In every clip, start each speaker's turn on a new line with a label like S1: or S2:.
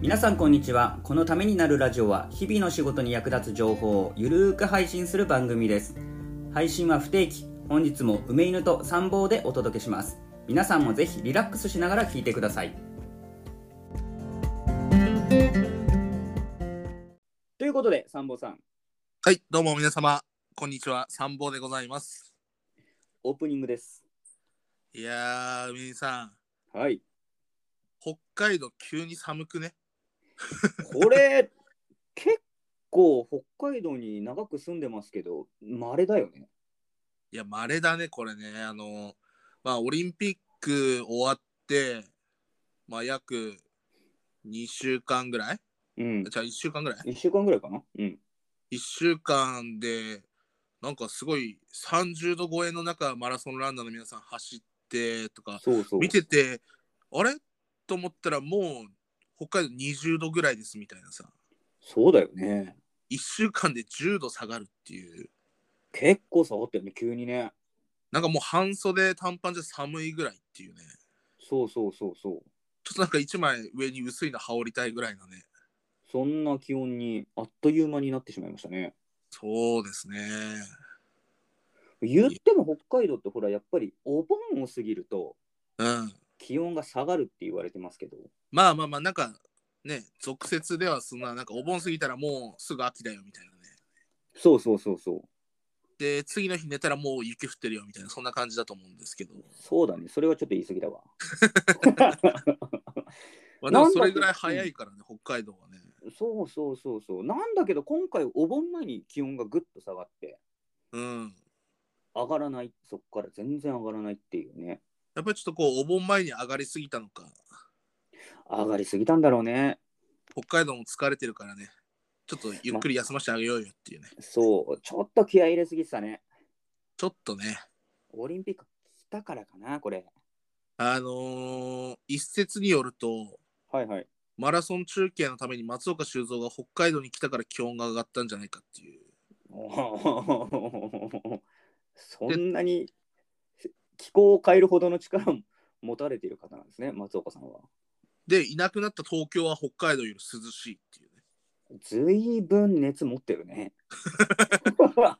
S1: 皆さんこんにちはこのためになるラジオは日々の仕事に役立つ情報をゆるーく配信する番組です配信は不定期本日も梅犬と参謀でお届けします皆さんもぜひリラックスしながら聞いてくださいということで参謀さん
S2: はい、どうも皆様、こんにちは、参謀でございます。
S1: オープニングです
S2: いやー、みさん、
S1: はい
S2: 北海道急に寒くね。
S1: これ結構北海道に長く住んでますけどまれだよね
S2: いや、稀だね、これね。あの、まあ、オリンピック終わって、まあ、約2週間ぐらい
S1: うん
S2: じゃあ1週間ぐらい
S1: 1週間ぐらいかなうん
S2: 1週間でなんかすごい30度超えの中マラソンランナーの皆さん走ってとか
S1: そうそう
S2: 見ててあれと思ったらもう北海道20度ぐらいですみたいなさ
S1: そうだよね
S2: 1週間で10度下がるっていう
S1: 結構下がったよね急にね
S2: なんかもう半袖短パンじゃ寒いぐらいっていうね
S1: そうそうそうそう
S2: ちょっとなんか1枚上に薄いの羽織りたいぐらいのね
S1: そんな気温にあっという間になってしまいましたね
S2: そうですね
S1: 言っても北海道ってほらやっぱりお盆を過ぎると
S2: うん
S1: 気温が下がるって言われてますけど
S2: まあまあまあなんかね俗説ではそんななんかお盆過ぎたらもうすぐ秋だよみたいなね
S1: そうそうそうそう
S2: で次の日寝たらもう雪降ってるよみたいなそんな感じだと思うんですけど、
S1: そうだねそれはちょっと言い過ぎだわ
S2: まあ、でも
S1: なんだけど
S2: それぐらい早いからね北海道はね
S1: そうそうそうそうなんだけど今回お盆前に気温がぐっと下がって
S2: うん
S1: 上がらないそこから全然上がらないっていうね
S2: やっぱりちょっとこうお盆前に上がりすぎたのか
S1: 上がりすぎたんだろうね
S2: 北海道も疲れてるからねちょっとゆっくり休ませてあげようよっていうね
S1: そうちょっと気合い入れすぎてたね
S2: ちょっとね
S1: オリンピック来たからかなこれ
S2: あのー一説によると
S1: はいはい
S2: マラソン中継のために松岡修造が北海道に来たから気温が上がったんじゃないかっていう
S1: おーそんなに気候を変えるほどの力を持たれている方なんですね、松岡さんは。
S2: でいなくなった東京は北海道より涼しいっていうね
S1: ずいぶん熱持ってるね。
S2: だか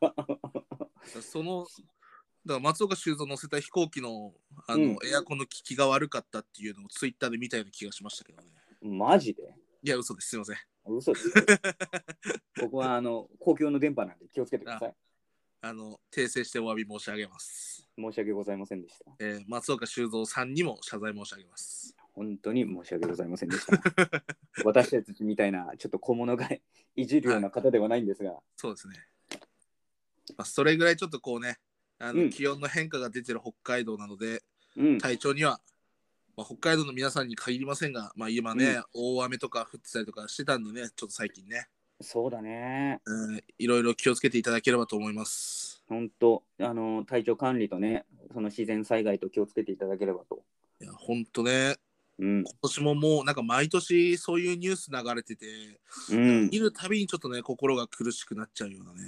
S2: らそのだから松岡修造乗せた飛行機のあの、
S1: うん
S2: エアコンの効きが悪かったっていうのをツイッターで見たような気がしましたけどね
S1: マジで
S2: いや嘘ですすいません
S1: 嘘 です。ここはあの公共の電波なんで気をつけてください。
S2: あの訂正してお詫び申し上げます、
S1: 申し訳ございませんでした。
S2: えー松岡修造さんにも謝罪申し上げます
S1: 本当に申し訳ございませんで した。私たちみたいなちょっと小物がいじるような方ではないんですが、
S2: そうですね。まあ、それぐらいちょっとこうね、あの
S1: うん
S2: 気温の変化が出てる北海道なので、
S1: うん、
S2: 体調には、まあ、北海道の皆さんに限りませんが、まあ、今ね、
S1: うん
S2: 大雨とか降ってたりとかしてたんでね、ちょっと最近ね、
S1: そうだね。
S2: うんいろいろ気をつけていただければと思います。
S1: 本当あの体調管理とねその自然災害と気をつけていただければと、
S2: いや、ほんとね、
S1: うん
S2: 今年ももうなんか毎年そういうニュース流れてて、
S1: うん、
S2: 見るたびにちょっとね、心が苦しくなっちゃうようなね。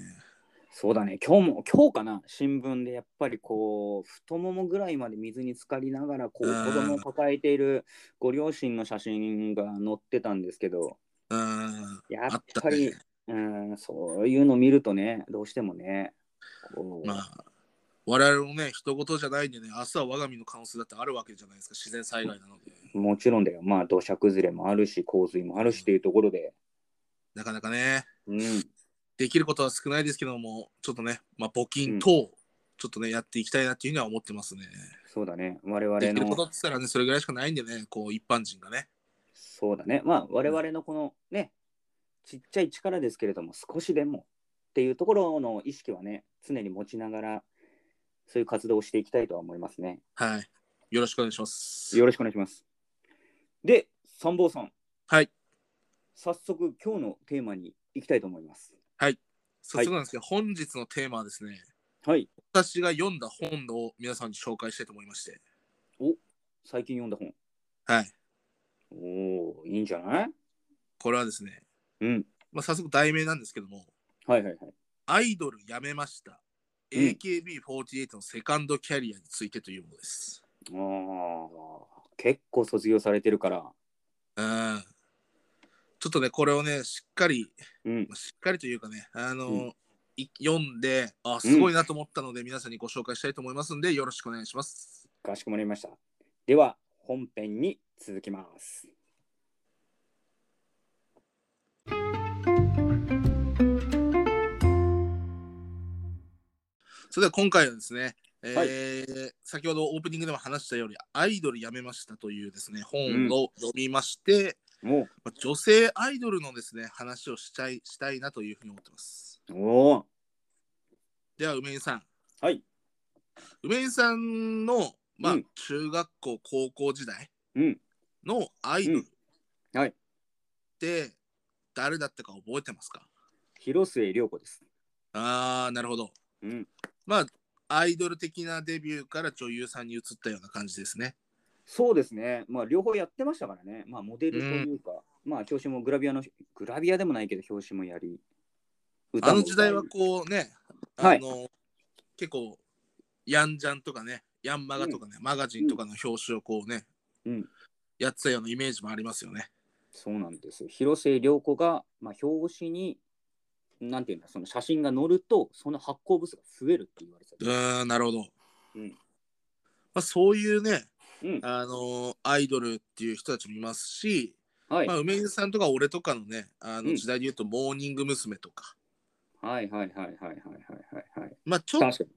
S1: そうだね今日も今日かな新聞でやっぱりこう太ももぐらいまで水に浸かりながらこう
S2: うん
S1: 子供を抱えているご両親の写真が載ってたんですけど
S2: うん、
S1: や
S2: あ
S1: っ
S2: った
S1: ぱり、
S2: ね。
S1: うん、そういうの見るとねどうしてもねこう
S2: まあ、我々もね、人事じゃないんでね、明日は我が身の可能性だってあるわけじゃないですか、自然災害なので。
S1: もちろんだよまあ土砂崩れもあるし洪水もあるしっていうところで、
S2: なかなかね、
S1: うん、
S2: できることは少ないですけども、ちょっとね、まあ、募金等、ちょっとね、やっていきたいなっていうふうには思ってますね。
S1: そうだね我々の
S2: できることって言ったらね、それぐらいしかないんでね、こう、一般人がね。
S1: そうだね。まあ我々のこのね、ちっちゃい力ですけれども少しでもっていうところの意識はね、常に持ちながらそういう活動をしていきたいとは思いますね。
S2: はい。よろしくお願いします。
S1: よろしくお願いします。で、三坊さん、
S2: はい。
S1: 早速今日のテーマに行きたいと思います。
S2: 早速なんですけど、本日のテーマはですね、
S1: はい。
S2: 私が読んだ本を皆さんに紹介したいと思いまして、
S1: 最近読んだ本。
S2: はい。
S1: おお、いいんじゃない
S2: これはですね、
S1: うん。
S2: まあ、早速題名なんですけども、
S1: はいはいはい。
S2: アイドルやめました。
S1: うん
S2: AKB48 のセカンドキャリアについてというものです。
S1: ああ、結構卒業されてるから。
S2: うん。ちょっとね、これをね、しっかり、
S1: うん。
S2: しっかりというかね、あの、
S1: うん
S2: い読んで、あ、すごいなと思ったので、皆さんにご紹介したいと思いますんで、よろしくお願いします。
S1: かしこまりました。では、本編に続きます。
S2: それでは今回はですね、えー
S1: は
S2: 先ほどオープニングでも話したように、アイドルやめましたというですね、本を読みまして、
S1: も
S2: まあ女性アイドルのですね、話をしちゃいしたいなというふうに思ってます。
S1: う、おお、
S2: では、梅井さん。
S1: はい。
S2: 梅井さんの、まあ、
S1: うん
S2: 中学校、高校時代
S1: うん、
S2: のアイドル
S1: うんはい
S2: って誰だったか覚えてますか
S1: 広末涼子です。
S2: あー、なるほど。
S1: うん、
S2: まあ、アイドル的なデビューから女優さんに移ったような感じですね。
S1: そうですね。まあ、両方やってましたからね。まあ、モデルというか、まあ、表紙もグラビアの、グラビアでもないけど、表紙もやり。
S2: あ
S1: 歌も
S2: の
S1: 歌い
S2: 時代はこうね、
S1: は
S2: あ
S1: い
S2: の、結構、ヤンジャンとかね、ヤンマガとかね、マガジンとかの表紙をこうね、
S1: うん
S2: やってたようなイメージもありますよね。
S1: そうなんです。広末涼子が、まあ、表紙に、なんていうんだ、その写真が載ると、その発行部数が増えるって言われて
S2: う
S1: た。
S2: ーん、なるほど。
S1: うん
S2: まあ、そういうね、
S1: うん、
S2: あのアイドルっていう人たちもいますし、
S1: はい、
S2: まあ、梅井さんとか俺とかのね、あ
S1: うん
S2: の時代で言うと、モーニング娘。とか、
S1: はい、はい、はい、はい、はい、はい、はい。
S2: まあ、ちょっ
S1: 確か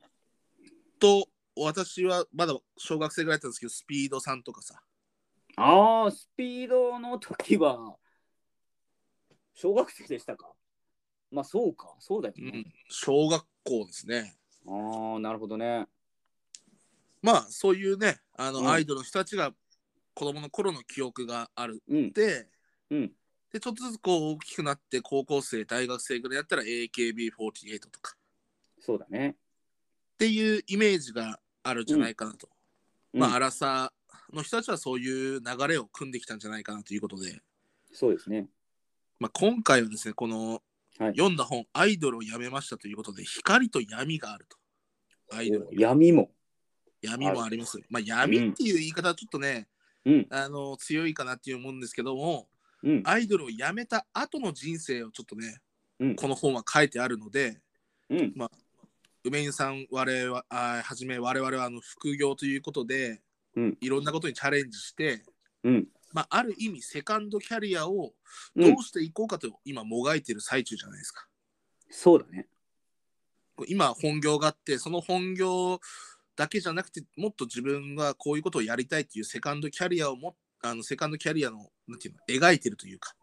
S1: に。
S2: と、私はまだ小学生ぐらいだったんですけど、スピードさんとかさ、
S1: ああ、スピードの時は、小学生でしたかまあそうか、そうだよ
S2: う
S1: ね
S2: ん。、小学校ですね。
S1: ああ、なるほどね。
S2: まあそういうねあの、
S1: うん
S2: アイドルの人たちが子供の頃の記憶がある
S1: うん
S2: っ、て、
S1: うん。
S2: でちょっとずつこう大きくなって高校生大学生ぐらいだったら AKB48 とか
S1: そうだね。
S2: っていうイメージがあるんじゃないかなと、
S1: うん
S2: まあアラサーの人たちはそういう流れを組んできたんじゃないかなということで、
S1: そうですね。
S2: まあ、今回はですねこの、
S1: はい
S2: 読んだ本「アイドルをやめました」ということで光と闇があると。アイドル
S1: 闇も。
S2: 闇もありますよ。まあ闇っていう言い方はちょっとね、
S1: うん、
S2: あの強いかなっていう思うんですけども、
S1: うん、
S2: アイドルを辞めた後の人生をちょっとね、
S1: うん
S2: この本は書いてあるので、
S1: うん、
S2: 梅井さん我々はあーはじめ我々はあの副業ということで、
S1: うん
S2: いろんなことにチャレンジして、
S1: うん、
S2: まあ、ある意味セカンドキャリアを
S1: う
S2: ど
S1: ん
S2: う。していこうかと今もがいてる最中じゃないですか。
S1: そうだね。
S2: こう今本業があってその本業だけじゃなくてもっと自分がこういうことをやりたいっていうセカンドキャリアをもあのセカンドキャリアのなんていうの描いてるというか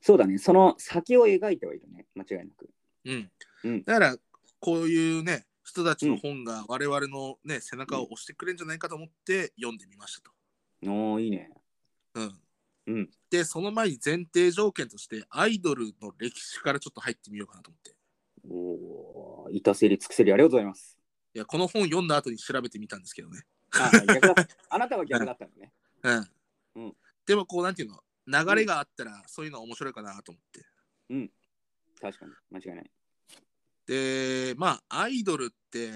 S1: そうだね。その先を描いてはいるね。間違いなく。
S2: うん
S1: うん
S2: だからこういうね人たちの本が我々の、ね背中を押してくれるんじゃないかと思って読んでみました
S1: おー、いいね。
S2: と。うん
S1: うん
S2: でその前に前提条件としてアイドルの歴史からちょっと入ってみようかなと思って
S1: おー、いたせり尽くせりありがとうございます。
S2: いやこの本読んだ後に調べてみたんですけどね、
S1: あー逆だあなたは逆だったのね。
S2: うん
S1: うん
S2: でもこうなんていうの流れがあったらそういうのは面白いかなと思って
S1: 確かに。間違いない。
S2: でまあアイドルって、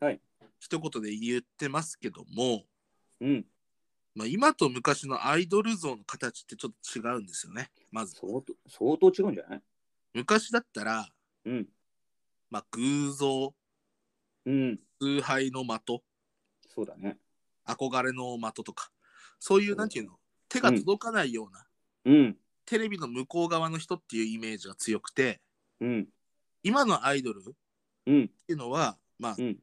S1: はい
S2: 一言で言ってますけども、
S1: うん。
S2: まあ、今と昔のアイドル像の形ってちょっと違うんですよねまず
S1: 相当、相当違うんじゃない
S2: 昔だったら、
S1: うん。
S2: まあ、偶像
S1: うん。
S2: 崇拝の的
S1: そうだね。
S2: 憧れの的とかそういううんなんていうの手が届かないような、
S1: うん。
S2: テレビの向こう側の人っていうイメージが強くて
S1: うん。
S2: 今のアイドルっ
S1: うん。
S2: ていうのは、まあ
S1: うん。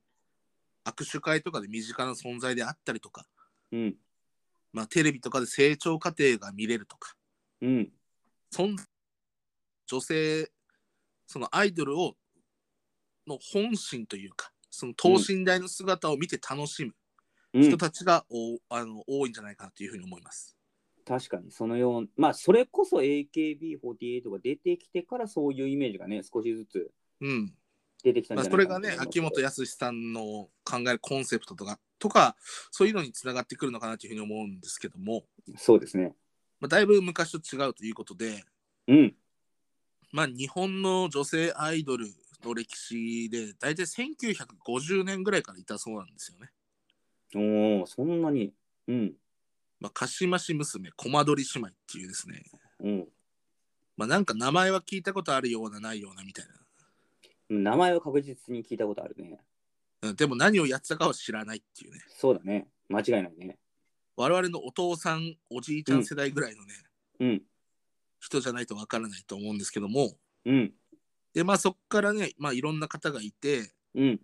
S2: 握手会とかで身近な存在であったりとか、
S1: うん。
S2: まあ、テレビとかで成長過程が見れるとか
S1: うん。
S2: 存女性そのアイドルをの本心というかその等身大の姿を見て楽しむ人たちがお、あの多いんじゃないかなというふうに思います。
S1: 確かにそのようまあそれこそ AKB48 が出てきてからそういうイメージがね少しずつ
S2: うん
S1: 出てきたん
S2: ま
S1: じゃ
S2: あ、
S1: な
S2: それ
S1: いか
S2: が
S1: なと思います
S2: ね秋元康さんの考えるコンセプトとかとかそういうのにつながってくるのかなというふうに思うんですけども、
S1: そうですね
S2: まあ、だいぶ昔と違うということで、
S1: うん
S2: まあ、日本の女性アイドルの歴史で大体1950年ぐらいからいたそうなんですよね。
S1: おおそんなにうん
S2: まあ、かしまし娘、コマドリ姉妹っていうですね、
S1: うん
S2: まあなんか名前は聞いたことあるようなないようなみたい
S1: 名前は確実に聞いたことあるね。
S2: な。うんでも何をやってたかは知らないっていうね。
S1: そうだね。間違いないね。
S2: 我々のお父さん、おじいちゃん世代ぐらいのね、
S1: うん。
S2: 人じゃないとわからないと思うんですけども、
S1: うん。
S2: で、まあそっからね、まあいろんな方がいて、
S1: うん。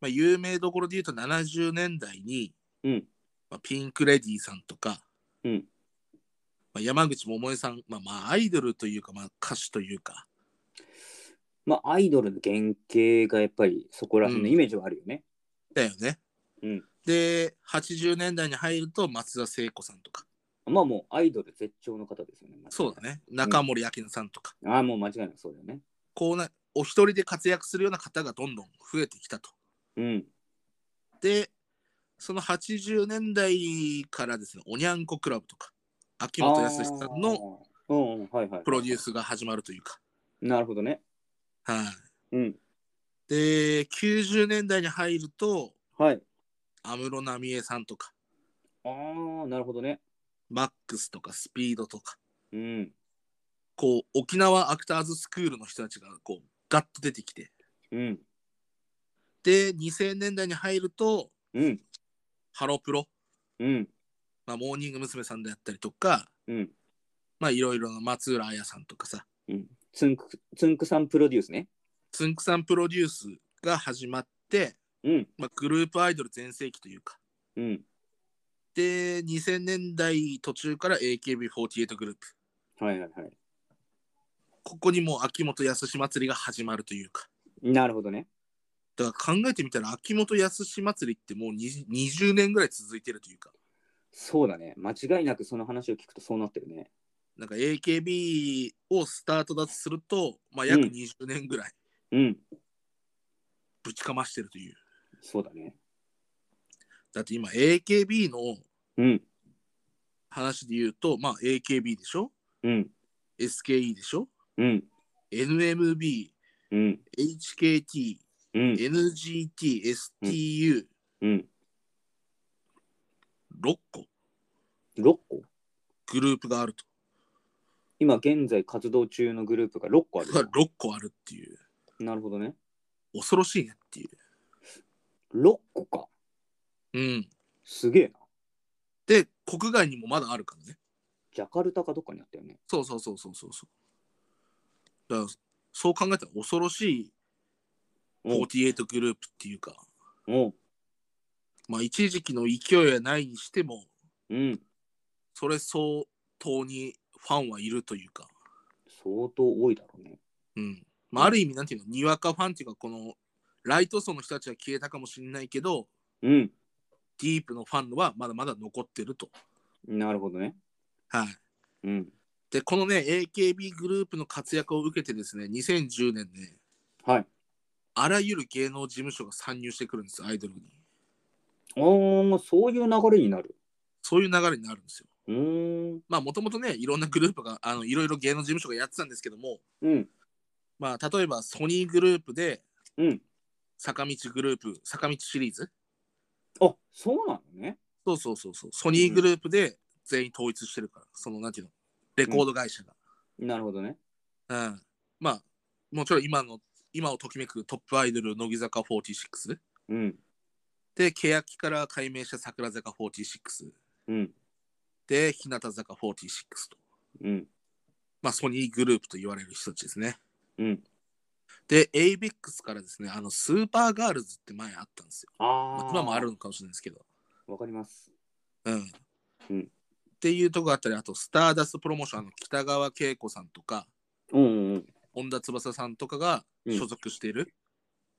S2: まあ有名どころで言うと70年代に、
S1: うん。
S2: まあ、ピンクレディーさんとか、
S1: うん
S2: まあ、山口百恵さん、まあ、まあアイドルというか、まあ、歌手というか、
S1: まあ、アイドルの原型がやっぱりそこら辺の
S2: うん
S1: イメージはあるよね。
S2: だよね。
S1: うん
S2: で、80年代に入ると松田聖子さんとか、
S1: まあ、もうアイドル絶頂の方ですよね。
S2: そうだ。ね、中森明菜さんとか、
S1: ああ、もう間違いなくそうだよね。
S2: こうな、お一人で活躍するような方がどんどん増えてきたと。
S1: うん。
S2: で、その80年代からですね、おにゃんこクラブとか、秋元康さんの
S1: あー。うんうん、はいはい。
S2: プロデュー
S1: ス。
S2: スが始まるというか、
S1: なるほどね。
S2: はい、
S1: うん。
S2: で、90年代に入ると、
S1: はい。
S2: 安室奈美恵さんとか、
S1: ああ、なるほどね。
S2: マックスとかスピードとか、
S1: うん。
S2: こう、沖縄アクターズスクールの人たちが、こう、ガッと出てきて、
S1: うん。
S2: で、2000年代に入ると、
S1: うん。
S2: ハロプロ、
S1: うん。
S2: まあ、モーニング娘。さんであったりとか、
S1: うん。
S2: まあ、いろいろな松浦綾さんとかさ、
S1: うん。つんく、つんくさんプロデュースね。
S2: つんくさんプロデュースが始まって、
S1: うん。
S2: まあ、グループアイドル全盛期というか、
S1: うん。
S2: で、2000年代途中から AKB48 グループ、
S1: はいはいはい。
S2: ここにもう秋元康祭りが始まるというか、
S1: なるほどね。
S2: だから考えてみたら秋元康祭りってもう20 20年ぐらい続いてるというか
S1: そうだね。間違いなくその話を聞くとそうなってるね。
S2: なんか AKB をスタートだとすると、まあ、約
S1: うん
S2: 20年ぐらい
S1: うん。
S2: ぶちかましてるという、
S1: そうだね。
S2: だって今 AKB の
S1: うん。
S2: 話で言うと、まあ、AKB でしょ
S1: うん。
S2: SKE でしょ
S1: うん。
S2: NMB
S1: うん。
S2: HKT
S1: うん。
S2: NGT STU6
S1: うん。
S2: 個
S1: 6個
S2: グループがあると
S1: 今現在活動中のグループが6個ある。
S2: 6個あるっていう
S1: なるほどね。
S2: 恐ろしいねっていう
S1: 6個か。
S2: うん
S1: すげえな。
S2: で国外にもまだあるからね
S1: ジャカルタかどっかにあったよね。
S2: そうそうそうそうそうそう。だからそう考えたら恐ろしい
S1: おう
S2: 48グループっていうか、
S1: おう
S2: まあ一時期の勢いはないにしても、
S1: うん。
S2: それ相当にファンはいるというか、
S1: 相当多いだろうね。
S2: うん。まあある意味なんていうの、にわかファンっていうか、このライト層の人たちは消えたかもしれないけど、
S1: うん。
S2: ディープのファンはまだまだ残ってると。
S1: なるほどね。
S2: はい。
S1: うん。
S2: で、このね、AKB グループの活躍を受けてですね、2010年ね、
S1: はい。
S2: あらゆる芸能事務所が参入してくるんです、アイドルに。
S1: おー、そういう流れになる。
S2: そういう流れになるんですよ。
S1: うーん。
S2: まあもともとねいろんなグループがあのいろいろ芸能事務所がやってたんですけども、
S1: うん。
S2: まあ、例えばソニーグループで
S1: うん。
S2: 坂道グループ坂道シリーズ
S1: あ、そうなのね。
S2: そうそうそうそうソニーグループで全員統一してるからそのなんていうのレコード会社が、
S1: なるほどね。
S2: うんまあもちろん今の今をときめくトップアイドル乃木坂46
S1: うん。
S2: で欅から改名した櫻坂46
S1: うん。
S2: で日向坂46と、
S1: うん。
S2: まあ、ソニーグループと言われる人たちですね
S1: うん。
S2: で ABEX からですねあのスーパーガールズって前あったんですよま
S1: あ
S2: あ
S1: あ。
S2: 今もある。のかもしれないですけど。
S1: わかります。
S2: うん。
S1: うん
S2: っていうとこがあったり、あと、スターダストプロモーションの北川景子さんとか、
S1: うんうんうん。
S2: 本田翼さんとかが
S1: うん
S2: 所属している、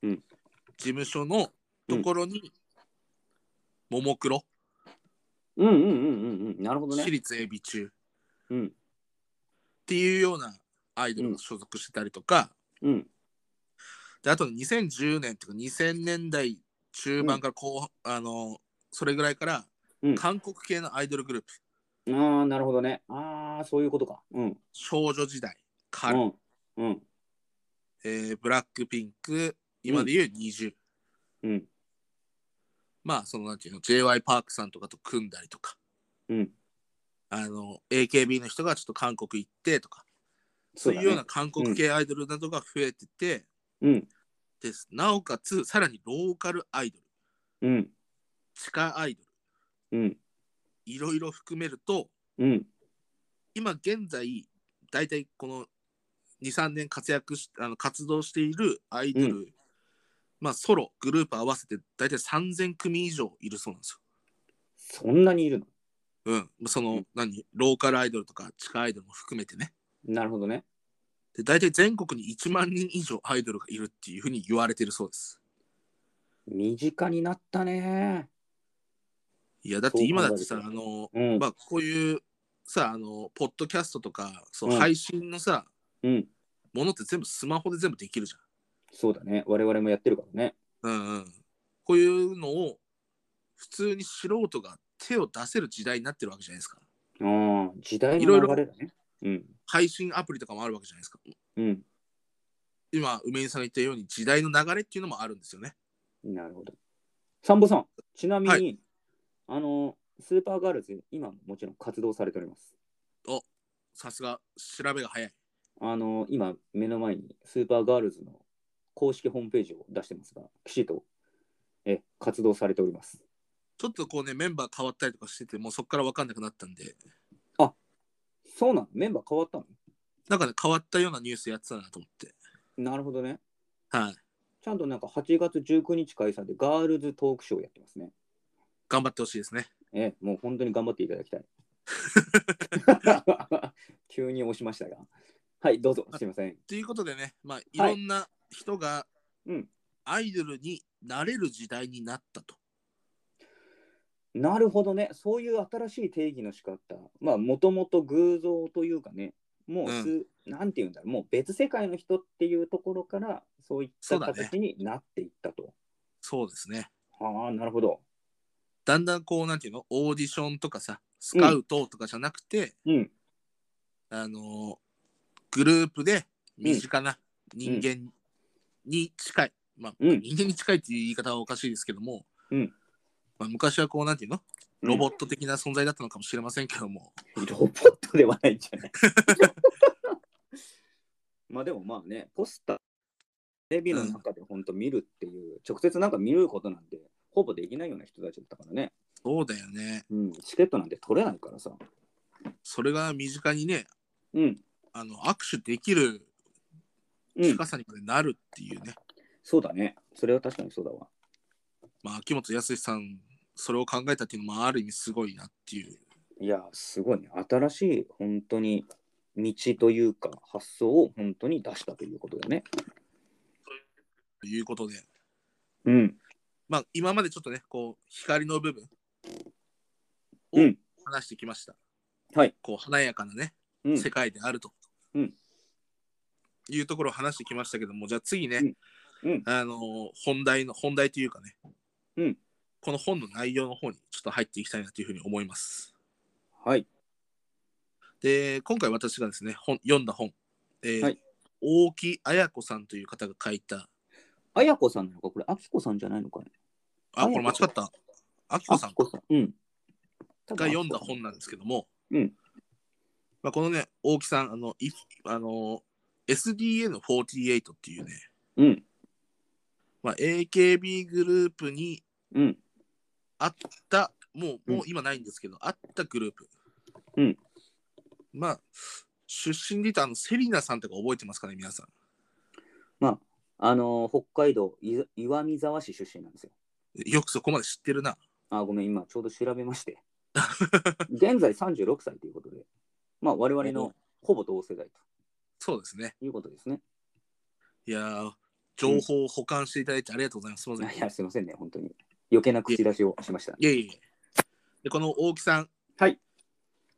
S1: うん
S2: 事務所のところに、ももクロ、
S1: うんうんうんうんうん。なるほど
S2: 私
S1: ね。
S2: 立 AB 中っ
S1: うん。
S2: ていうようなアイドルが所属してたりとか、
S1: うん。
S2: であと2010年とか2000年代中盤から後半、あの、それぐらいから
S1: うん、
S2: 韓国系のアイドルグループ、
S1: ああ、なるほどね。ああ、そういうことか。うん。
S2: 少女時代から、
S1: うん。うん。
S2: えーブラックピンク、今で言う20、
S1: うん。
S2: まあ、そのなんていうの、j y パークさんとかと組んだりとか、
S1: うん。
S2: あの、AKB の人がちょっと韓国行ってとか、そういうよう
S1: だ
S2: な韓国系アイドルなどが増えてて、
S1: ね
S2: ですなおかつさらにローカルアイドル
S1: うんうん
S2: 地下アイドル
S1: うん
S2: いろいろ含めると
S1: うん
S2: 今現在大体この23年活躍しあの活動しているアイドル、
S1: う
S2: まあソログループ合わせて大体3000組以上いるそうなんですよ。
S1: そんなにいるの
S2: うん、その、
S1: うん
S2: 何ローカルアイドルとか地下アイドルも含めてね
S1: なるほどね
S2: で大体全国に1万人以上アイドルがいるっていうふうに言われてるそうです
S1: 身近になったね
S2: いやだって今だって
S1: そ
S2: さ
S1: う
S2: あの、
S1: うん、
S2: まあ、こういうさあのポッドキャストとかそう、
S1: うん
S2: 配信のさ
S1: うん
S2: ものって全部スマホで全部できるじ
S1: そうだね我々もやってるからね
S2: ゃん、うんうん、こういうのを普通に素人が手を出せる時代になってるわけじゃないですか
S1: ああ時代
S2: いろい
S1: の
S2: ろ
S1: 流れだねうん
S2: 配信アプリとかもあるわけじゃないですか
S1: うん
S2: 今梅井さんが言ったように時代の流れっていうのもあるんですよね
S1: なるほど。サンボさん、ちなみに、
S2: は
S1: あの、スーパーガールズ、今ももちろん活動されております。
S2: さすが調べが早い
S1: あの、今、目の前にスーパーガールズの公式ホームページを出してますが、きちっと、え、活動されております。
S2: ちょっとこうねメンバー変わったりとかしててもうそこから分かんなくなったんで
S1: そうなのメンバー変わったの
S2: なんかね変わったようなニュースやってたなと思って
S1: なるほどね。
S2: はい
S1: ちゃんとなんか8月19日開催でガールズトークショーやってますね。
S2: 頑張ってほしいですね
S1: え、もう本当に頑張っていただきた い。急に押しましたが。はい、どうぞ、すいません。
S2: ということでね、まあ、いろんな人が
S1: うん
S2: アイドルになれる時代になったと。
S1: なるほどね、そういう新しい定義の仕方、まあ、もともと偶像というかね、もうす、なんていうんだろう、もう別世界の人っていうところから、そういった
S2: そうだね
S1: 形になっていったと。
S2: そうですね。
S1: ああ、なるほど。
S2: だんだんこう、なんていうの、オーディションとかさ、スカウトとかじゃなくて、
S1: うん、
S2: あのーグループで身近な人間に近い、まあ、
S1: うん
S2: 人間に近いっていう言い方はおかしいですけども、
S1: うん
S2: まあ、昔はこう、なんていうの、ロボット的な存在だったのかもしれませんけども、
S1: ロボットではないんじゃ ないまあでもまあね、ポスター、テレビの中で本当見るっていう、直接なんか見ることなんて、ほぼできないような人たちだったからね、
S2: そうだよね。
S1: うん、チケットなんて取れないからさ。
S2: それが身近にね、
S1: うん、
S2: あの握手できる
S1: うん
S2: 近、さにまでなるっていうね、
S1: そうだね、それは確かにそうだわ。
S2: まあ、秋元康さんそれを考えたっていうのもある意味すごいなっていう
S1: いや、すごいね。新しい、本当に、道というか、発想を本当に出したということだね。
S2: ということで、
S1: うん。
S2: まあ、今までちょっとねこう光の部分を
S1: うん
S2: 話してきました、
S1: はい。
S2: こう華やかなね
S1: うん。
S2: 世界であると、
S1: うん
S2: いうところを話してきましたけどもじゃあ次ね、
S1: うんうん
S2: あのー本題の本題というかね、
S1: うん
S2: この本の内容の方にちょっと入っていきたいなというふうに思います
S1: はい。
S2: で今回私がですね本読んだ本、えー
S1: はい
S2: 大木綾子さんという方が書いた
S1: あやこさんなのか、これ、あきこさんじゃないのかね。
S2: あ
S1: 綾子
S2: これ間違ったあきこ
S1: あ
S2: さん
S1: きこさん。うん。
S2: が読んだ本なんですけども、
S1: うん
S2: まあ、このね大木さんあのいあの SDN48 っていうね、
S1: うん。
S2: まあ、AKB グループに
S1: うん。
S2: あったもう
S1: うん
S2: もう今ないんですけど、あったグループ、
S1: うん
S2: まあ出身で言うとあのセリナさんとか覚えてますかね皆さん
S1: あのー北海道い岩見沢市出身なんですよ。
S2: よくそこまで知ってるな
S1: あ、ごめん、今、ちょうど調べまして。 現在36歳ということで、まあ、我々のほぼ同世代
S2: そうですね
S1: ということですね。
S2: いやー情報を保管していただいてありがとうございます。すみませ
S1: い
S2: ん。い
S1: や、すいませんね、本当に。余計な口出しをしました。
S2: えいえ。で、この大木さん、
S1: はい。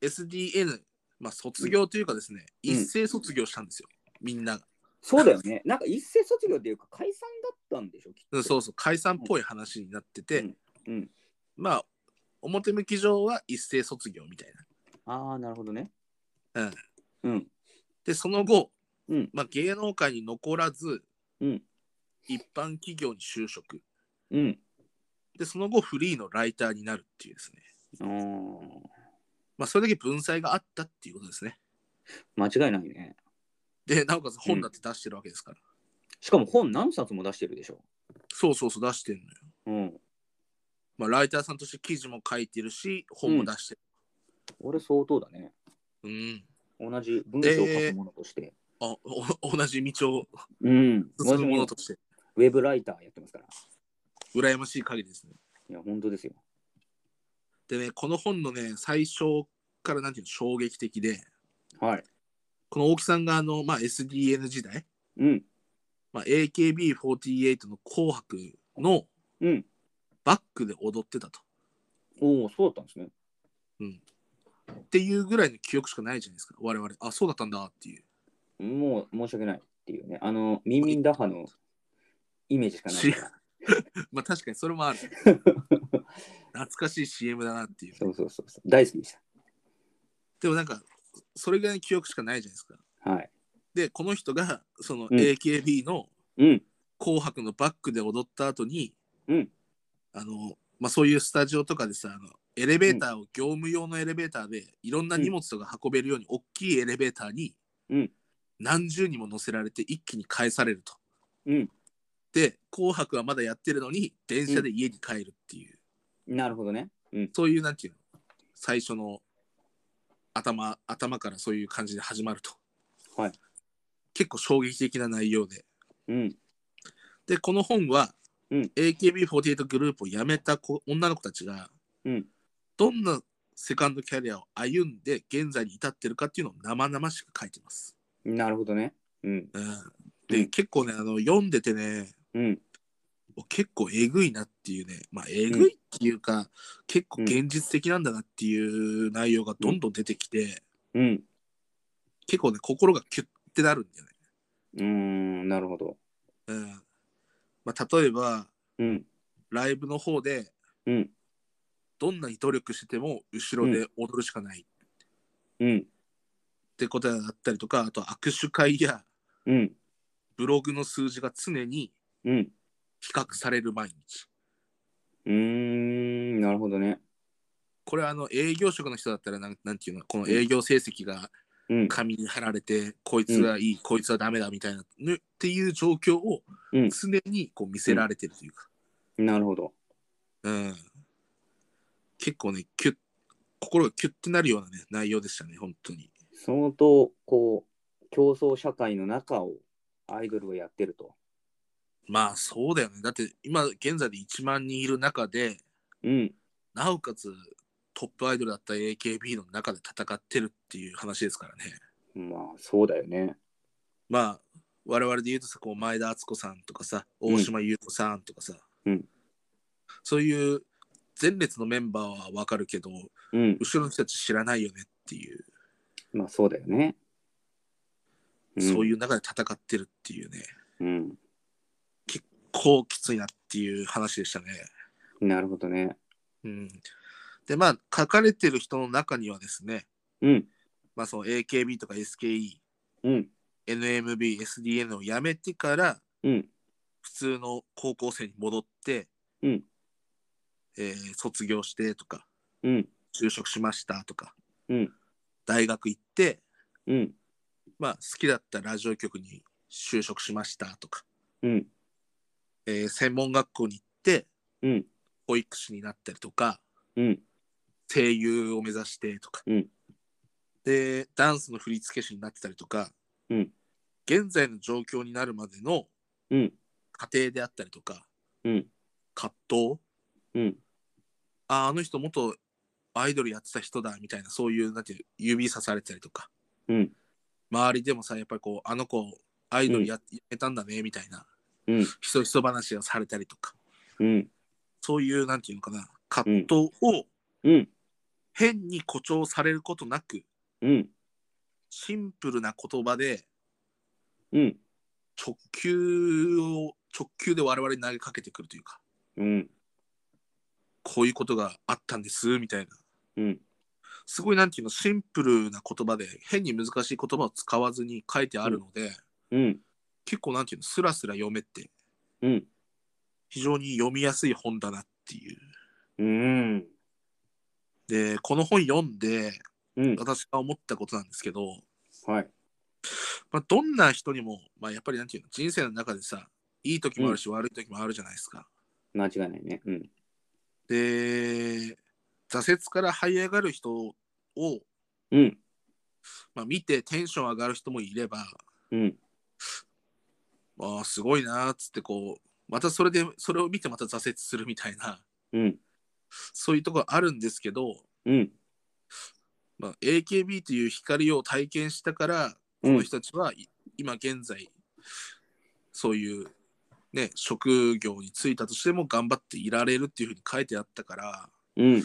S2: SDN、まあ、卒業というかですね、
S1: うん
S2: 一斉卒業したんですよ、みんなが。
S1: そうだよね。なんか一斉卒業っていうか解散だったんでしょ、きっと。
S2: うんそうそう、解散っぽい話になってて、
S1: うんうん
S2: まあ、表向き上は一斉卒業みたいな。
S1: ああ、なるほどね。
S2: うん。
S1: うん。
S2: で、その後、
S1: うん
S2: まあ、芸能界に残らず、
S1: うん
S2: 一般企業に就職。
S1: うん。
S2: で、その後、フリーのライターになるっていうですね。
S1: あー
S2: まあ、それだけ文才があったっていうことですね。
S1: 間違いないね。
S2: で、なおかつ本だって出してるわけですから。
S1: しかも本何冊も出してるでしょ。
S2: そうそうそう、出してるのよ。
S1: うん。
S2: まあ、ライターさんとして記事も書いてるし、本も出してる。
S1: 俺相当だね。
S2: うん。
S1: 同じ文章を書くものとして。
S2: あお 同じ道を
S1: うん。
S2: 進
S1: 私
S2: む
S1: も
S2: 者
S1: ウ
S2: として、
S1: ェブライターやってますから。
S2: 羨ましい限りですね。
S1: いや、本当ですよ。
S2: でね、この本のね、最初からなんていうの、衝撃的で、
S1: はい。
S2: この大木さんがあの、まあ、SDN 時代、
S1: うん。
S2: まあ、AKB48 の紅白の
S1: うん。
S2: バックで踊ってたと。
S1: おお、そうだったんですね。
S2: っていうぐらいの記憶しかないじゃないですか、我々。あ、そうだったんだっていう。
S1: もう申し訳ないっていうね。あの、ミンミンダハのイメージしかないから。
S2: まあ確かにそれもある。懐かしい CM だなってい う。
S1: そうそうそうそう。大好きでし
S2: でもなんか、それぐらいの記憶しかないじゃないですか。
S1: た。はい。
S2: で、この人が、その
S1: うん
S2: AKB の
S1: うん。
S2: 紅白のバックで踊った後に、
S1: うん
S2: あの、まあそういうスタジオとかでさ、あのエレベーターを、業務用のエレベーターで、いろんな荷物とか運べるように、大きいエレベーターに
S1: うん、
S2: 何十にも乗せられて、一気に返されると。
S1: うん。
S2: で「紅白」はまだやってるのに電車で家に帰るっていう、
S1: なるほどね。うん。
S2: そういうなんていうの最初の頭頭からそういう感じで始まると、
S1: はい、
S2: 結構衝撃的な内容で
S1: うん。
S2: でこの本は、
S1: うん
S2: AKB48 グループを辞めた子女の子たちが、
S1: うん
S2: どんなセカンドキャリアを歩んで現在に至ってるかっていうのを生々しく書いてます、
S1: なるほどね。うん。
S2: うん、で、
S1: うん
S2: 結構ねあの読んでてね
S1: うん。
S2: 結構えぐいなっていうね、まあ、えぐいっていうか、結構現実的なんだなっていう内容がどんどん出てきて、
S1: うん。
S2: 結構ね心がキュッてなるんだよね。
S1: うーん。なるほど。
S2: うんまあ、例えば
S1: うん。
S2: ライブの方で
S1: うん。
S2: どんなに努力してても後ろで踊るしかないっ
S1: うん。
S2: てことだったりとかあと握手会や
S1: うん。
S2: ブログの数字が常に
S1: うん。
S2: 比較される毎日。
S1: うーん。なるほどね。
S2: これはあの営業職の人だったらなんなんていうのこの営業成績が
S1: うん。
S2: 紙に貼られてこいつはいい、こいつはダメだみたいなぬっていう状況を
S1: うん
S2: 常にこう見せられてるというか、
S1: なるほど。
S2: うん結構ねキュッ心がキュッてなるようなね内容でしたね本当に
S1: 相当、こう、競争社会の中をアイドルはやってると。
S2: まあそうだよねだって今現在で1万人いる中で
S1: うん。
S2: なおかつトップアイドルだった AKB の中で戦ってるっていう話ですからね
S1: まあ、そうだよね。
S2: まあ我々で言うとさこう前田敦子さんとかさ大島優子さんとかさ、
S1: うん
S2: そういう前列のメンバーは分かるけど
S1: うん。
S2: 後ろの人たち知らないよねっていう、
S1: まあ、そうだよね。。
S2: そういうう中で戦ってるっていうね
S1: うん。
S2: こうきついなっていう話でしたね。
S1: なるほどね。
S2: うん、でまあ書かれてる人の中にはですね、
S1: うん。
S2: まあ、その AKB とか SKE
S1: うん。
S2: NMB、SDN を辞めてから
S1: うん。
S2: 普通の高校生に戻って、
S1: うん
S2: えー卒業してとか
S1: うん。
S2: 就職しましたとか、
S1: うん
S2: 大学行って、
S1: うん。
S2: まあ、好きだったラジオ局に就職しましたとか、
S1: うん。
S2: えー専門学校に行って
S1: うん。
S2: 保育士になったりとか
S1: うん。
S2: 声優を目指してとか、
S1: うん
S2: でダンスの振付師になってたりとか、
S1: うん
S2: 現在の状況になるまでの
S1: うん。
S2: 過程であったりとか
S1: うん。
S2: 葛藤
S1: うん。
S2: ああの人元アイドルやってた人だみたいなそういうなんていう指さされたりとか
S1: うん。
S2: 周りでもさやっぱりこうあの子アイドルや,、めたんだねみたいな
S1: うん。
S2: ひそひそ話をされたりとか
S1: うん。
S2: そういうなんていうのかな葛藤を
S1: うん。
S2: 変に誇張されることなく、
S1: うん。
S2: シンプルな言葉で
S1: うん。
S2: 直球を直球で我々に投げかけてくるというか
S1: うん。
S2: こういうことがあったんですみたいな
S1: うん。
S2: すごいなんていうのシンプルな言葉で変に難しい言葉を使わずに書いてあるので、
S1: うん。
S2: 結構なんていうのスラスラ読めて
S1: うん。
S2: 非常に読みやすい本だなっていう
S1: うん。
S2: でこの本読んで
S1: うん。
S2: 私が思ったことなんですけど、
S1: はい。
S2: ままあ、どんな人にも、まあ、やっぱりなんていうの人生の中でさいい時もあるし、悪い時もあるじゃないですか。
S1: 間違いないね。うん。
S2: で挫折から這い上がる人を、
S1: うん。
S2: まあ、見てテンション上がる人もいれば
S1: うん。
S2: ああすごいなーっつってこうまたそれでそれを見てまた挫折するみたいな
S1: うん。
S2: そういうとこあるんですけど、
S1: うん。
S2: まあ、AKB という光を体験したからこの人たちはい今現在そういう、ね、職業に就いたとしても頑張っていられるっていうふうに書いてあったから
S1: うん。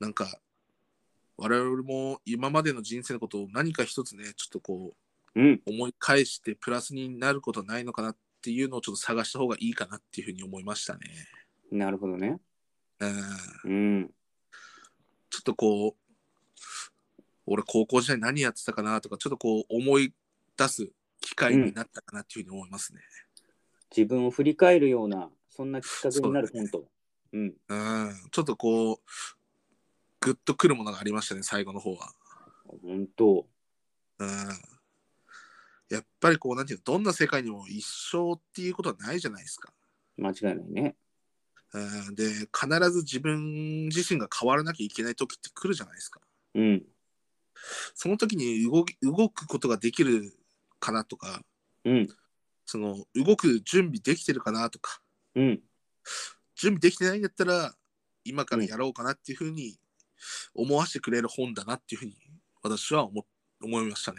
S2: なんか我々も今までの人生のことを何か一つねちょっとこ
S1: うん。
S2: う思い返してプラスになることないのかなっていうのをちょっと探した方がいいかなっていうふうに思いましたね。
S1: なるほどね。
S2: うん
S1: うん。
S2: ちょっとこう俺高校時代何やってたかなとかちょっとこう思い出す機会になったかなっていうふうに思いますね。
S1: 自分を振り返るような、そんなきっかけになる
S2: そうだ
S1: 本
S2: ね
S1: と。うん。
S2: うん、ちょっとこうグッとくるものがありましたね最後の方は。
S1: 本当。
S2: うんやっぱりこうなんていうのどんな世界にも一生っていうことはないじゃないですか。
S1: 間違いないね。
S2: うんで必ず自分自身が変わらなきゃいけない時って来るじゃないですか。
S1: うん。
S2: その時に動き動くことができるかなとか
S1: うん。
S2: その動く準備できてるかなとか
S1: うん。
S2: 準備できてないんだったら今からやろうかなっていうふうに思わせてくれる本だなっていうふうに私は思思いましたね。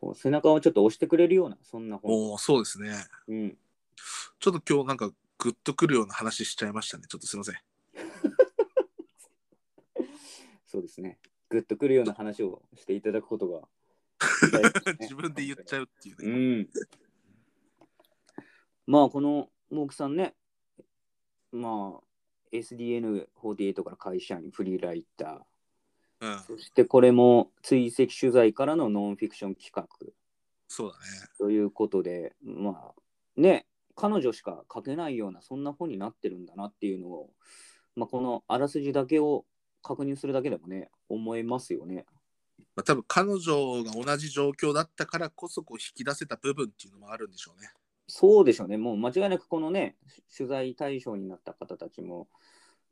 S1: こう背中をちょっと押してくれるような、そんな本。
S2: おーそうですね。
S1: うん。
S2: ちょっと今日なんかグッとくるような話しちゃいましたね。ちょっとすいません。
S1: そうですね。グッとくるような話をしていただくことが。
S2: 自分で言っちゃうっていう
S1: う
S2: ね。
S1: ん。まあ、この、モークさんね、まあ、SDN48 から会社員、フリーライター、
S2: うん、
S1: そしてこれも追跡取材からのノンフィクション企画
S2: そうだね。
S1: ということで、まあ、ね、彼女しか書けないような、そんな本になってるんだなっていうのを、まあ、このあらすじだけを確認するだけでもね、思いますよね。
S2: まあ、多分彼女が同じ状況だったからこそこう引き出せた部分っていうのもあるんでしょうね。
S1: そうでしょうね、もう間違いなくこのね、取材対象になった方たちも、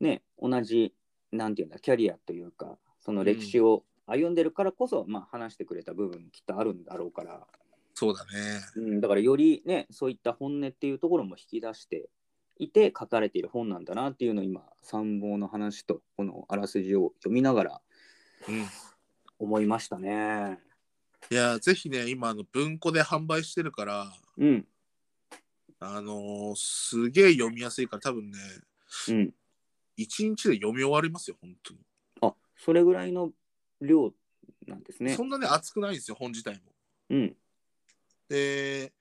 S1: ね、同じ、なんていうんだ、キャリアというか、その歴史を歩んでるからこそ、まあ、話してくれた部分、きっとあるんだろうから、
S2: そうだね。
S1: うん、だからよりね、そういった本音っていうところも引き出していて、書かれている本なんだなっていうのを今、参謀の話と、このあらすじを読みながら
S2: うん、い
S1: 思いましたね。
S2: やーぜひね今あの文庫で販売してるから
S1: うん、
S2: あのーすげえ読みやすいから多分ね
S1: うん。
S2: 一日で読み終わりますよ本当に、
S1: あそれぐらいの量なんですね
S2: そ。んなね熱くないんですよ本自体も。
S1: うん、
S2: で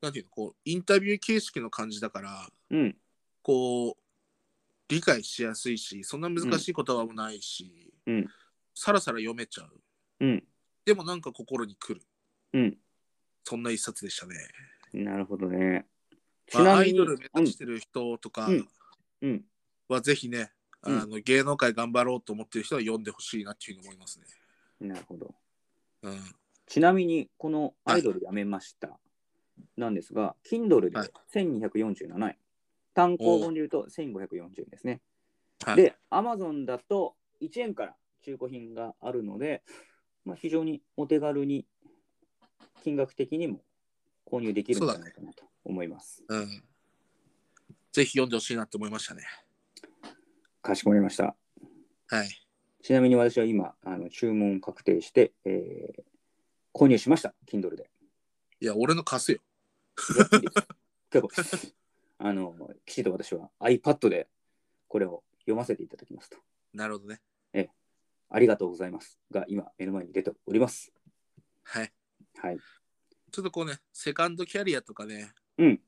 S2: なんていうのこうインタビュー形式の感じだから
S1: うん、
S2: こう理解しやすいしそんな難しい言葉もないし、
S1: うん
S2: さらさら読めちゃう
S1: うん、
S2: でもなんか心に来る
S1: うん。
S2: そんな一冊でしたね。
S1: なるほどね。ち
S2: まあ、
S1: な
S2: ア
S1: み
S2: イ
S1: に、
S2: ドル目指してる人とか
S1: うんうん、
S2: はぜひね、
S1: うん
S2: あの芸能界頑張ろうと思ってる人は読んでほしいなっていうふうに思いますね。
S1: うん、なるほど。
S2: うん、
S1: ちなみに、このアイドルやめました、なんですが、Kindle で
S2: はい
S1: 1247円、単行本で言うと1540円ですね。
S2: はい
S1: で、Amazon だと1円から中古品があるので、まあ、非常にお手軽に金額的にも購入できるんじゃないかなと思います。
S2: うん、ぜひ読んでほしいなって思いましたね。
S1: かしこまりました。
S2: はい。
S1: ちなみに私は今、あの注文確定して、えー購入しました、Kindle で。
S2: いや、俺の貸すよ。
S1: やっていいです結構ですあの、きちんと私は iPad でこれを読ませていただきますと。
S2: なるほどね。
S1: ありがとうございます。が今、目の前に出ております。
S2: はい。
S1: はい。
S2: ちょっとこうね、セカンドキャリアとかね、
S1: うん。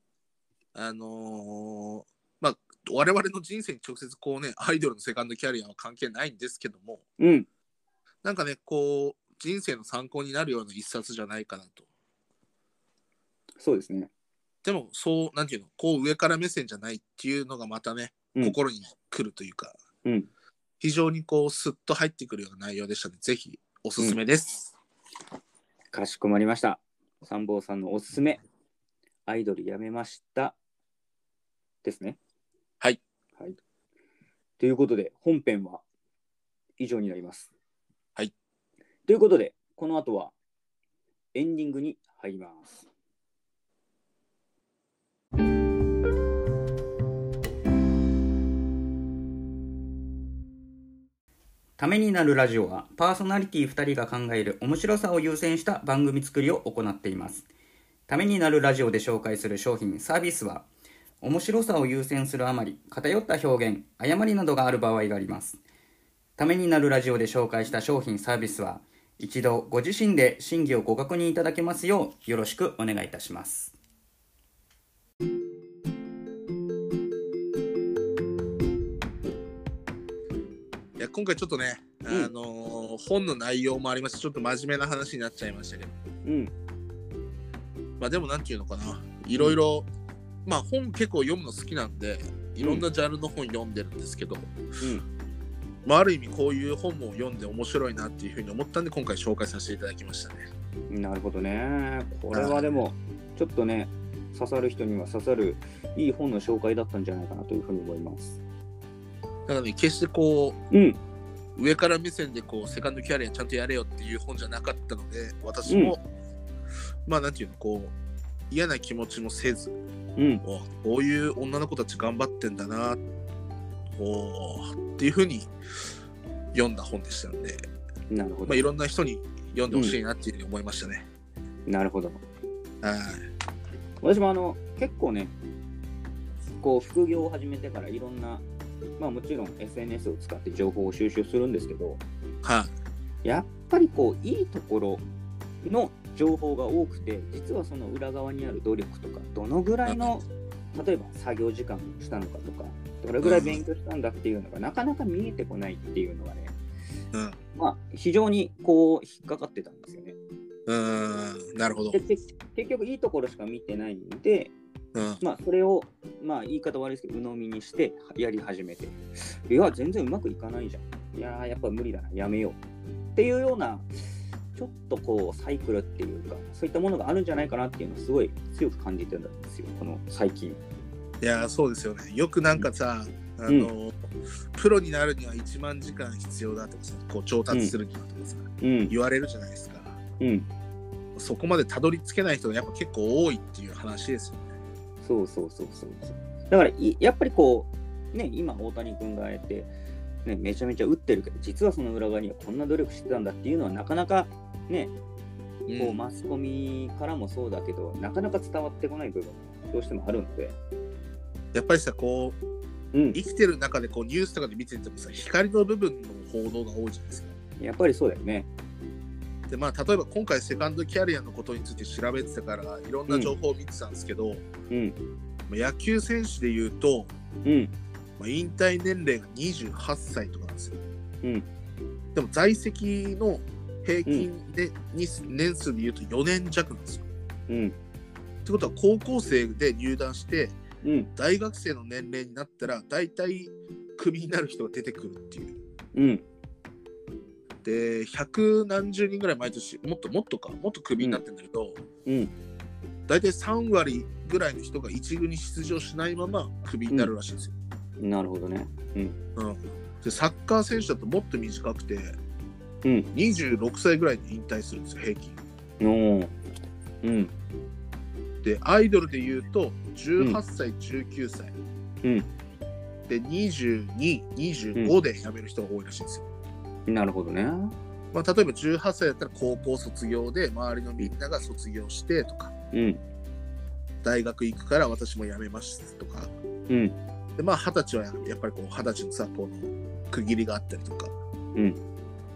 S2: あのーまあ、我々の人生に直接こうね、アイドルのセカンドキャリアは関係ないんですけども、
S1: うん。
S2: なんかね、こう、人生の参考になるような一冊じゃないかなと。
S1: そうですね。
S2: でも、そう、なんていうの、こう上から目線じゃないっていうのがまたね、
S1: うん
S2: 心に来るというか、
S1: うん。
S2: 非常にこう、スッと入ってくるような内容でしたので、ぜひおすすめです。
S1: かしこまりました。三坊さんのおすすめ、アイドルやめました。ですね。
S2: はい。
S1: はい。ということで、本編は以上になります。
S2: はい。
S1: ということで、この後はエンディングに入ります。
S3: ためになるラジオはパーソナリティ2人が考える面白さを優先した番組作りを行っていますためになるラジオで紹介する商品サービスは面白さを優先するあまり偏った表現誤りなどがある場合がありますためになるラジオで紹介した商品サービスは一度ご自身で審議をご確認いただけますようよろしくお願いいたします
S2: いや今回ちょっとね、
S1: ん
S2: あのー本の内容もありましてちょっと真面目な話になっちゃいましたけど
S1: うん。
S2: まあでもなんていうのかないろいろまあ本結構読むの好きなんでいろんなジャンルの本読んでるんですけど、まあ、ある意味こういう本も読んで面白いなっていうふうに思ったんで今回紹介させていただきましたね
S1: なるほどね。これはでも、ちょっとね、刺さる人には刺さるいい本の紹介だったんじゃないかなというふうに思います。
S2: だからね決してこ
S1: うん。
S2: う上から目線でこうセカンドキャリアちゃんとやれよっていう本じゃなかったので私も、まあなんていうのこう嫌な気持ちもせず
S1: うん。
S2: おこういう女の子たち頑張ってんだなおっていうふうに読んだ本でしたので、
S1: なるほ
S2: まあ、
S1: ど
S2: い。ろんな人に読んでほしいなっていうふうに思いましたね。
S1: なるほど。
S2: はい
S1: 私もあの結構ねこう副業を始めてからいろんなまあもちろん SNS を使って情報を収集するんですけど
S2: はい
S1: やっぱりこういいところの情報が多くて実はその裏側にある努力とかどのぐらいの例えば作業時間をしたのかとかどれぐらい勉強したんだっていうのがなかなか見えてこないっていうのがね、
S2: うん
S1: まあ非常にこう引っかかってたんですよね。
S2: うーんなるほど
S1: で。結結局いいところしか見てないんで
S2: うん
S1: まあ、それを、まあ、言い方悪いですけど、鵜呑みにしてやり始めて、いや、全然うまくいかないじゃん。いやー、やっぱ無理だな、やめよう。っていうような、ちょっとこう、サイクルっていうか、そういったものがあるんじゃないかなっていうのをすごい強く感じてたんですよ、この最近。
S2: いやーそうですよね。よくなんかさ、あのプロになるには1万時間必要だとかさこう調達するにはとかさ、
S1: うん、
S2: 言われるじゃないですか。
S1: うん、
S2: そこまでたどり着けない人がやっぱ結構多いっていう話ですよね。
S1: そうそうそうそうそう。だからい、やっぱりこう、ね、今、大谷君があえて、ね、めちゃめちゃ打ってるけど、実はその裏側にはこんな努力してたんだっていうのは、なかなか、ね、こうマスコミからもそうだけど、なかなか伝わってこない部分もどうしてもあるので、
S2: やっぱりさこう
S1: うん、
S2: 生きてる中でこうニュースとかで見ててもさ光の部分の報道が多いじゃないですか。
S1: やっぱりそうだよね。
S2: でまあ例えば今回セカンドキャリアのことについて調べてたからいろんな情報を見てたんですけど、
S1: うん、
S2: まあ野球選手で言うと、
S1: うん、
S2: まあ、引退年齢が28歳とかなんですよ。
S1: うん
S2: でも在籍の平均で、に年数で言うと4年弱なんですよ。
S1: うん、
S2: ってことは高校生で入団して
S1: うん、
S2: 大学生の年齢になったら大体クビになる人が出てくるっていう。
S1: うん、
S2: で百何十人ぐらい毎年もっともっとかもっとクビになってんだけど、
S1: うん、
S2: 大体3割ぐらいの人が1軍に出場しないままクビになるらしいんですよ、
S1: なるほどね。うん、
S2: うんでサッカー選手だともっと短くて
S1: うん、
S2: 26歳ぐらいで引退するんですよ平均
S1: おーうん、
S2: でアイドルで言うと18歳、19歳、
S1: うん
S2: で2225で辞める人が多いらしいんですよ、
S1: なるほどね。
S2: まあ、例えば18歳だったら高校卒業で周りのみんなが卒業してとか
S1: うん、
S2: 大学行くから私も辞めますとか
S1: うん、
S2: でまあ二十歳はやっぱりこう二十歳のさこの区切りがあったりとか、
S1: うん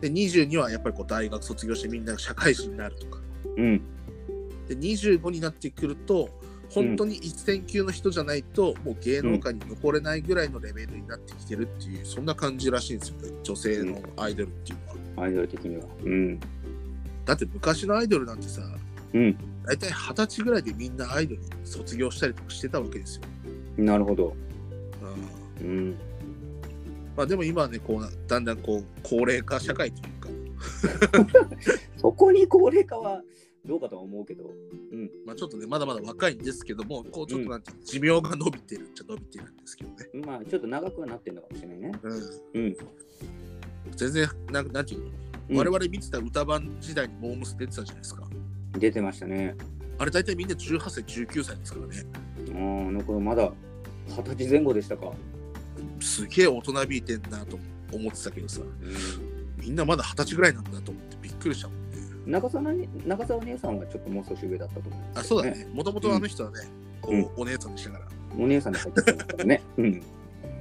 S2: で22はやっぱりこう大学卒業してみんなが社会人になるとか
S1: うん、
S2: で25になってくると本当に一線級の人じゃないと、もう芸能界に残れないぐらいのレベルになってきてるっていうそんな感じらしいんですよね女性のアイドルっていうのは。
S1: アイドル的には。うん、
S2: だって昔のアイドルなんてさ
S1: うん、
S2: 大体二十歳ぐらいでみんなアイドル卒業したりとかしてたわけですよ。
S1: なるほど。
S2: うん
S1: うん、
S2: まあでも今はねこうなだんだんこう高齢化社会というか
S1: そこに高齢化はどうかとは思うけど、うん、
S2: まあ、ちょっとね、まだまだ若いんですけども、こうちょっとなんていうの、寿命が伸びてるっちゃ伸びてるんですけどね。
S1: まあちょっと長くはなってるのかもしれないね。
S2: う
S1: うんん、
S2: 全然なんかなんていうの、
S1: うん
S2: 我々見てた歌番時代にモームス出てたじゃないですか
S1: 出てましたね。
S2: あれ大体みんな18歳19歳ですからね
S1: あーあの頃まだ二十歳前後でしたか。
S2: すげえ大人びいてんなと思ってたけどさみんなまだ二十歳ぐらいなんだと思ってびっくりしたもんね
S1: 長澤な長澤姉さんはちょっともう少し上だったと思うん
S2: あ
S1: ですけ
S2: そ
S1: ど
S2: うだねもともとあの人はね、こう
S1: うん
S2: お姉さんでしたから
S1: お姉さんで入ってきてますから ね。うん。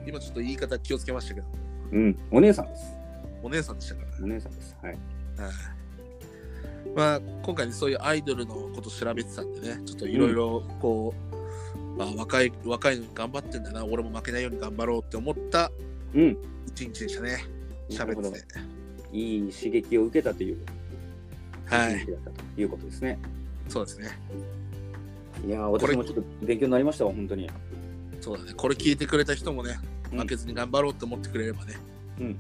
S2: 今ちょっと言い方気をつけましたけど
S1: うん。お姉さんです。
S2: お姉さんでしたから、
S1: お姉さんです。はい。
S2: はいまあ今回ねそういうアイドルのこと調べてたんでねちょっといろいろこう、まあ、若い若いのに頑張ってんだな俺も負けないように頑張ろうって思った
S1: うん。
S2: 一日でしたね。
S1: なる
S2: 喋
S1: ほ
S2: っ
S1: ど
S2: てて。
S1: いい刺激を受けたという
S2: は
S1: 一
S2: い。
S1: 日だったということですね。
S2: そうですね。
S1: いやー
S2: これ
S1: 私もちょっと勉強になりましたわ本当に。
S2: そうだね。これ聞いてくれた人もね、
S1: うん
S2: 負けずに頑張ろうって思ってくれればね。
S1: うん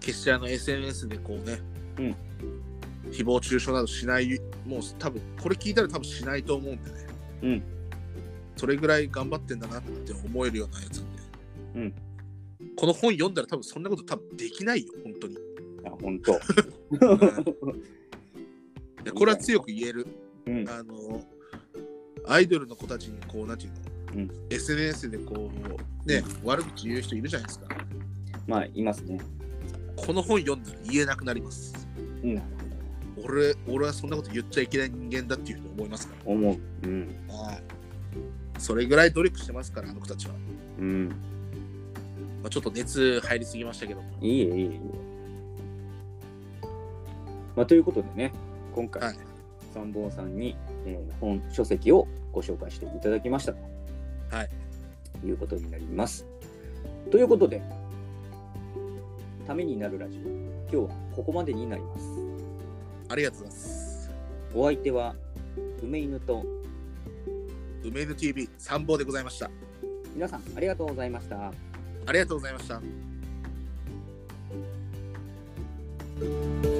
S2: 決してあの SNS でこうね、
S1: うん
S2: 誹謗中傷などしない、もう多分、これ聞いたら多分しないと思うんでね。
S1: うん
S2: それぐらい頑張ってんだなって思えるようなやつなんで。
S1: うん
S2: この本読んだら多分そんなこと多分できないよ、本当に。
S1: あ本当。
S2: いやこれは強く言える。
S1: うん。
S2: あのアイドルの子たちにこうなんていう
S1: う
S2: の、
S1: ん
S2: SNS でこうね、悪口言う人いるじゃないですか
S1: まあいますね。
S2: この本読んだら言えなくなります
S1: うん。なる
S2: 俺俺はそんなこと言っちゃいけない人間だっていうふうに思いますか
S1: ほど思う。うん。
S2: ら、はい、それぐらい努力してますからあの子たちは、ま
S1: うん。
S2: あ、ちょっと熱入りすぎましたけども
S1: いいえいいえいいえ。まあということでね今回、
S2: はい
S1: 三本さんに、えー本書籍をご紹介していただきましたと。。
S2: はい
S1: いうことになります。ということでためになるラジオ今日はここまでになります。
S2: ありがとうございます
S1: お相手は梅犬と
S2: 梅犬 TV 参謀でございました
S1: 皆さんありがとうございました。
S2: ありがとうございました